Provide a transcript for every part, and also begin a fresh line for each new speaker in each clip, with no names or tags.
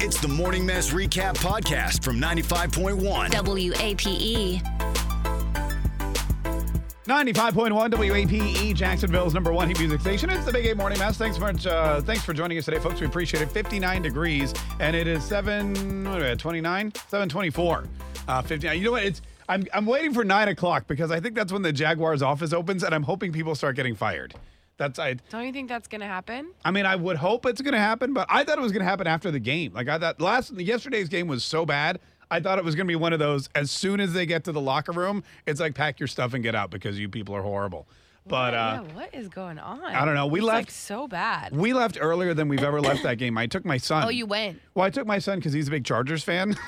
It's the Morning Mess Recap Podcast from 95.1.
E.
WAPE.
95.1 WAPE E, Jacksonville's number one hit music station. It's the Big Eight Morning Mass. Thanks for uh, thanks for joining us today, folks. We appreciate it. 59 degrees, and it is 7 what are we at, 29, 724. Uh, 59. You know what? It's I'm I'm waiting for nine o'clock because I think that's when the Jaguars office opens, and I'm hoping people start getting fired. That's I.
Don't you think that's going to happen?
I mean, I would hope it's going to happen, but I thought it was going to happen after the game. Like I thought last yesterday's game was so bad. I thought it was going to be one of those. As soon as they get to the locker room, it's like pack your stuff and get out because you people are horrible. But uh,
yeah, what is going on?
I don't know. We
It's, like
left-
so bad.
we left earlier than we've ever left that game. I took my son.
oh, you went.
Well, I took my son because he's a big Chargers fan.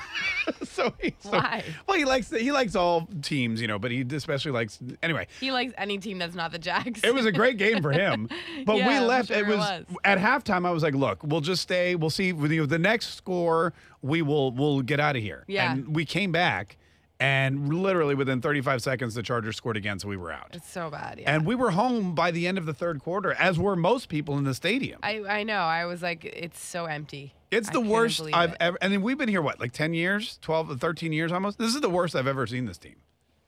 so he's so-
Why?
well, he likes the, he likes all teams, you know, but he especially likes anyway.
He likes any team that's not the Jags.
It was a great game for him. But
Yeah,
we
I'm
left.
sure
it
it
was,
was.
at halftime. I was like, "Look, we'll just stay. We'll see with you, the next score. We will. We'll get out of here."
Yeah.
And we came back, and literally within 35 seconds, the Chargers scored again, so we were out.
It's so bad. Yeah.
And we were home by the end of the third quarter, as were most people in the stadium.
I, I know. I was like, it's so empty.
it's
I
the
couldn't
worst
believe
I've
it.
ever. And then we've been here what, like 10 years, 12, 13 years almost. This is the worst I've ever seen this team.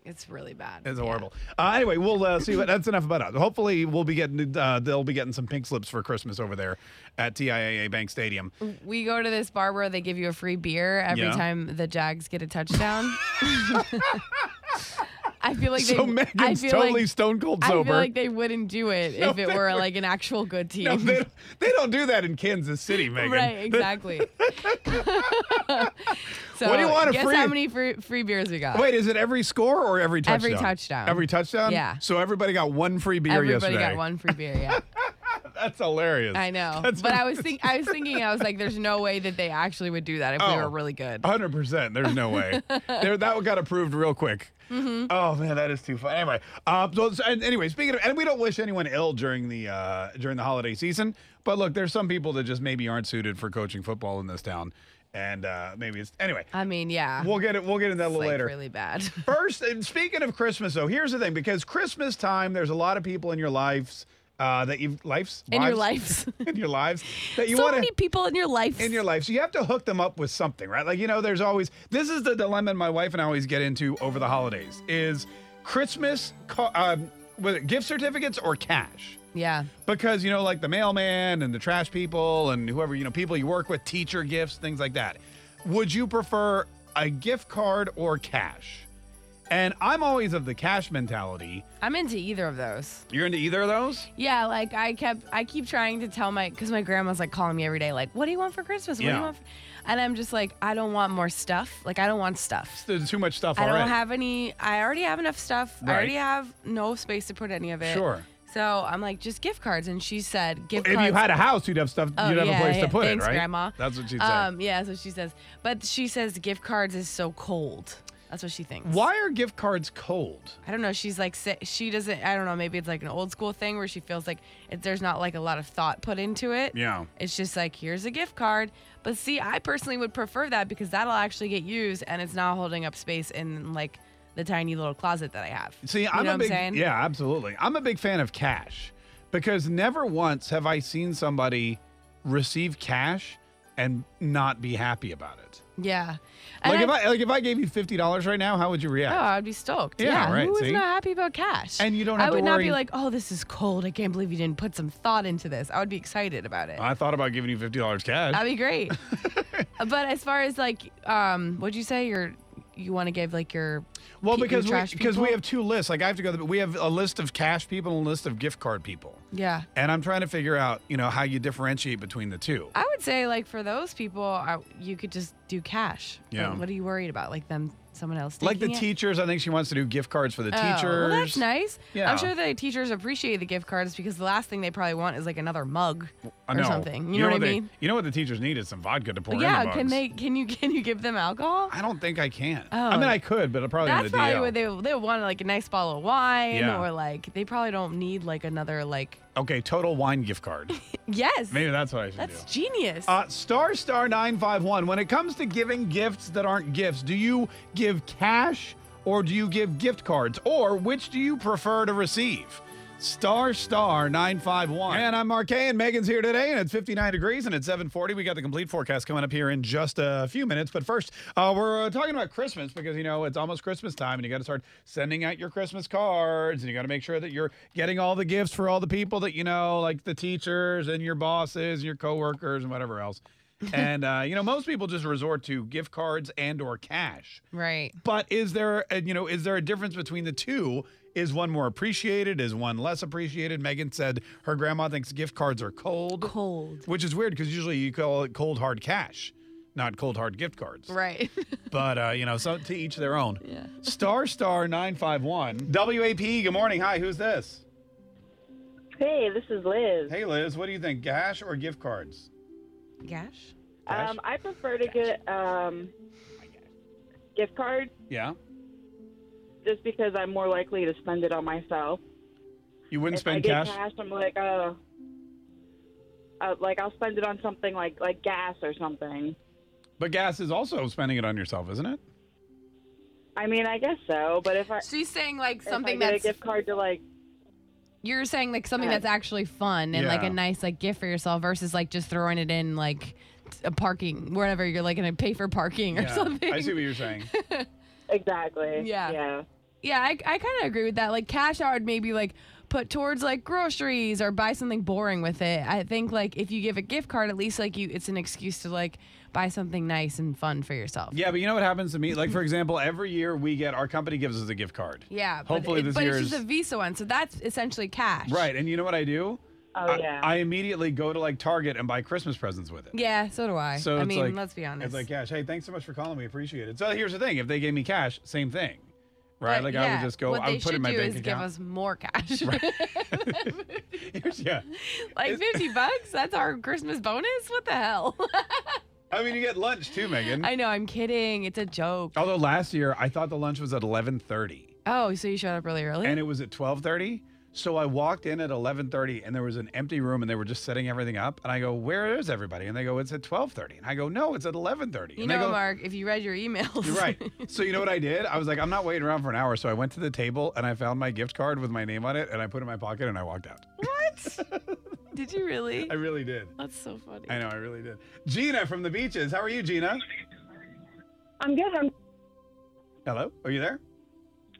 It's really bad.
e-, It's
Yeah.
horrible. Uh, anyway, we'll uh, see. What, that's enough about us. Hopefully, we'll be getting uh, they'll be getting some pink slips for Christmas over there at TIAA Bank Stadium.
We go to this bar where they give you a free beer every
Yeah.
time the Jags get a touchdown. I feel like they.
so
I
Megan's
feel
totally
like,
stone cold
I feel
sober.
like they wouldn't do it if it
they
were
would-
like an actual good team.
no, they, don't- they don't do that in Kansas City, Megan.
Right, exactly. so,
What do you want, a
guess
free-
how many free, free beers we got?
Wait, is it every score or every touchdown?
Every touchdown.
Every touchdown?
Yeah.
So everybody got one free beer
Everybody
yesterday.
got one free beer. Yeah,
That's hilarious.
I know.
That's
but I was think I was thinking I was like, there's no way that they actually would do that if
Oh.
we were really good.
Hundred percent. There's no way. there, that one got approved real quick.
Mm-hmm.
Oh man, that is too fun. Anyway, uh, so so- and anyway, speaking of, and we don't wish anyone ill during the uh, during the holiday season. But look, there's some people that just maybe aren't suited for coaching football in this town, and uh, maybe it's anyway.
I mean, yeah,
We'll get it. We'll get into that a
it's
little
like
later.
really bad.
First, and speaking of Christmas, though, here's the thing: because Christmas time, there's a lot of people in your lives uh, that you've lives
In your
wives?
lives.
in your lives that you
so
want to
many people in your life.
in your life. So you have to hook them up with something, right? Like, you know, there's always this is the dilemma my wife and I always get into over the holidays is Christmas ca- um, was it gift certificates or cash?
yeah,
Because, you know, like the mailman and the trash people and whoever, you know, people you work with, teacher gifts, things like that. Would you prefer a gift card or cash? And I'm always of the cash mentality.
I'm into either of those.
You're into either of those?
Yeah, like I kept, I keep trying to tell my, because my grandma's like calling me every day, like, what do you want for Christmas? What do
Yeah.
you want? For? And I'm just like, I don't want more stuff. Like, I don't want stuff.
There's too much stuff
I
already.
don't have any, I already have enough stuff. I
Right.
already have no space to put any of it.
Sure.
So I'm like, just gift cards. And she said, gift
if
cards.
you had a house, you'd have stuff.
Oh,
you'd have
yeah,
a place
yeah.
to put
Thanks,
it, right?
Grandma.
That's what she'd say.
Um, yeah, that's what she says. But she says gift cards is so cold. That's what she thinks.
Why are gift cards cold?
I don't know. She's like, si- she doesn't, I don't know. Maybe it's like an old school thing where she feels like it, there's not like a lot of thought put into it.
Yeah.
It's just like, here's a gift card. But see, I personally would prefer that because that'll actually get used and it's not holding up space in like the tiny little closet that I have.
See,
You
I'm
know
a
what
big
saying?
yeah, absolutely. I'm a big fan of cash because never once have I seen somebody receive cash and not be happy about it.
Yeah. And
Like if
I,
I like if I gave you fifty dollars right now, how would you
oh,
react?
I'd be stoked.
Yeah, right,
Who is
see?
not happy about cash?
And you don't
I
have to
would not
worry-
be like, oh, this is cold. I can't believe you didn't put some thought into this. I would be excited about it.
I thought about giving you fifty dollars cash.
That'd be great. but as far as like, um, what'd you say? Your you want to give like your
well,
pe- your
because we,
trash
because we
people?
have two lists. Like I have to go. to the- We have a list of cash people and a list of gift card people.
yeah.
And I'm trying to figure out, you know, how you differentiate between the two.
I would say like for those people, I, you could just do cash.
Yeah.
Like, what are you worried about? Like them someone else
Like the
taking it.
teachers, I think she wants to do gift cards for the
Oh,
teachers.
Well, that's nice.
Yeah.
I'm sure the teachers appreciate the gift cards because the last thing they probably want is like another mug
I
or
know.
something. You, know, what I
they-
mean?
you know what the teachers need is some vodka to pour in
yeah.
the
Can
mugs.
they? Can you? Can you give them alcohol?
I don't think I can.
Oh.
I mean, I could, but I probably
That's
in the
probably
DL.
what they they want like a nice bottle of wine
Yeah.
or like they probably don't need like another like
Okay, total wine gift card.
yes
Maybe that's what I should do.
that's genius.
Uh, star star nine five one. When it comes to giving gifts that aren't gifts, do you give cash or do you give gift cards, or which do you prefer to receive? Star star nine five one. And I'm Mark Kay, and Megan's here today, and it's 59 degrees, and it's 7:40. We got the complete forecast coming up here in just a few minutes. But first, uh, we're uh, talking about Christmas because you know it's almost Christmas time, and you got to start sending out your Christmas cards, and you got to make sure that you're getting all the gifts for all the people that you know, like the teachers and your bosses, and your coworkers, and whatever else. and uh, you know, most people just resort to gift cards and or cash.
right.
But is there, a, you know, is there a difference between the two? Is one more appreciated? Is one less appreciated? Megan said her grandma thinks gift cards are cold,
Cold.
which is weird because usually you call it cold hard cash, not cold hard gift cards.
Right.
But uh, you know, so to each their own. Yeah. Star star nine five one. WAP. Good morning. Hi. Who's this?
Hey, this is Liz.
Hey Liz. What do you think? Cash or gift cards?
Gash.
Cash?
um, I prefer to get um, gift cards
yeah.
just because I'm more likely to spend it on myself.
You wouldn't
If I
spend
get
cash.
cash, I'm like, oh, uh, like I'll spend it on something like like gas or something.
but gas is also spending it on yourself, isn't it?
I mean, I guess so. But if I
So you're saying like
if
something
I get
that's
a gift card to like,
you're saying like something
ahead.
that's actually fun and like
Yeah.
a nice like gift for yourself versus like just throwing it in like a parking wherever you're like gonna pay for parking or
Yeah.
something.
I see what you're saying.
exactly.
Yeah.
Yeah.
Yeah, I, I kind of agree with that. Like cash, I would maybe like put towards like groceries or buy something boring with it. I think like if you give a gift card, at least like you, it's an excuse to like buy something nice and fun for yourself.
Yeah, but you know what happens to me? Like, for example, every year we get our company gives us a gift card.
Yeah.
Hopefully
but it-
this
but
year
it's
is
just a Visa one, so that's essentially cash.
right. And you know what I do?
Oh
I,
yeah.
I immediately go to like Target and buy Christmas presents with it.
Yeah. So do I.
So
I
it's
mean,
like-
let's be honest.
It's like cash. Hey, thanks so much for calling. We appreciate it. So here's the thing: if they gave me cash, same thing, right?
But
like I
yeah,
would just go.
What
I
they
would put it in my
should do
bank
is
account.
give us more cash,
Here's- yeah.
like fifty bucks. That's our Christmas bonus. What the hell?
Mm-hmm. I mean, you get lunch too, Megan.
I know. I'm kidding. It's a joke.
Although last year I thought the lunch was at 11:30.
Oh, so you showed up really early.
and it was at 12:30. So I walked in at 11:30 and there was an empty room and they were just setting everything up and I go, "Where is everybody?" And they go, "It's at 12:30." And I go, "No, it's at 11:30."
you
and they
know,
go,
Mark, if you read your emails,
You're right. So you know what I did? I was like, "I'm not waiting around for an hour." So I went to the table and I found my gift card with my name on it and I put it in my pocket and I walked out.
Did you really?
I really did.
That's so funny.
I know, I really did. Gina from the beaches. How are you, Gina?
I'm good. I'm
Hello? Are you there?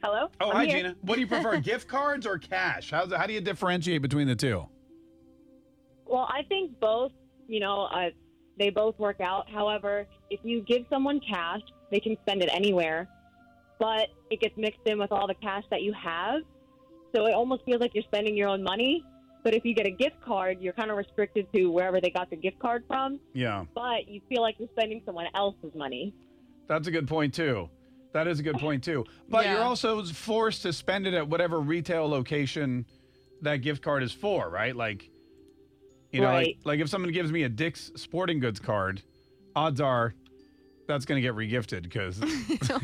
hello.
Oh,
I'm
hi,
here.
Gina. What do you prefer, gift cards or cash? How's, how do you differentiate between the two?
Well, I think both, you know, uh, they both work out. However, if you give someone cash, they can spend it anywhere, but it gets mixed in with all the cash that you have. So it almost feels like you're spending your own money. But if you get a gift card, you're kind of restricted to wherever they got the gift card from,
Yeah.
but you feel like you're spending someone else's money.
That's a good point too. That is a good point too. But you're
Yeah.
also forced to spend it at whatever retail location that gift card is for, right? Like, you know, like,
Right.
like if someone gives me a Dick's Sporting Goods card, odds are that's going to get regifted because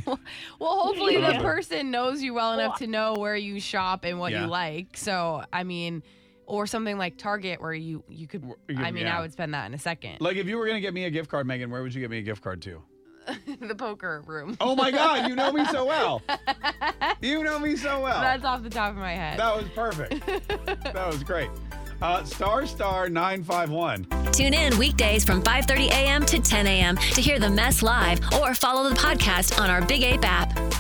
well, hopefully the
Yeah.
person knows you well enough to know where you shop and what
Yeah.
you like. So, I mean, or something like Target where you you could.
Where you
I
can-
mean,
yeah.
I would spend that in a second.
like if you were going to get me a gift card, Megan, where would you get me a gift card to?
the poker room.
Oh my God, you know me so well. You know me so well.
That's off the top of my head.
that was perfect. that was great. Uh, star star nine five one.
Tune in weekdays from 5:30 a.m. to 10 a.m. to hear the mess live or follow the podcast on our Big Ape app.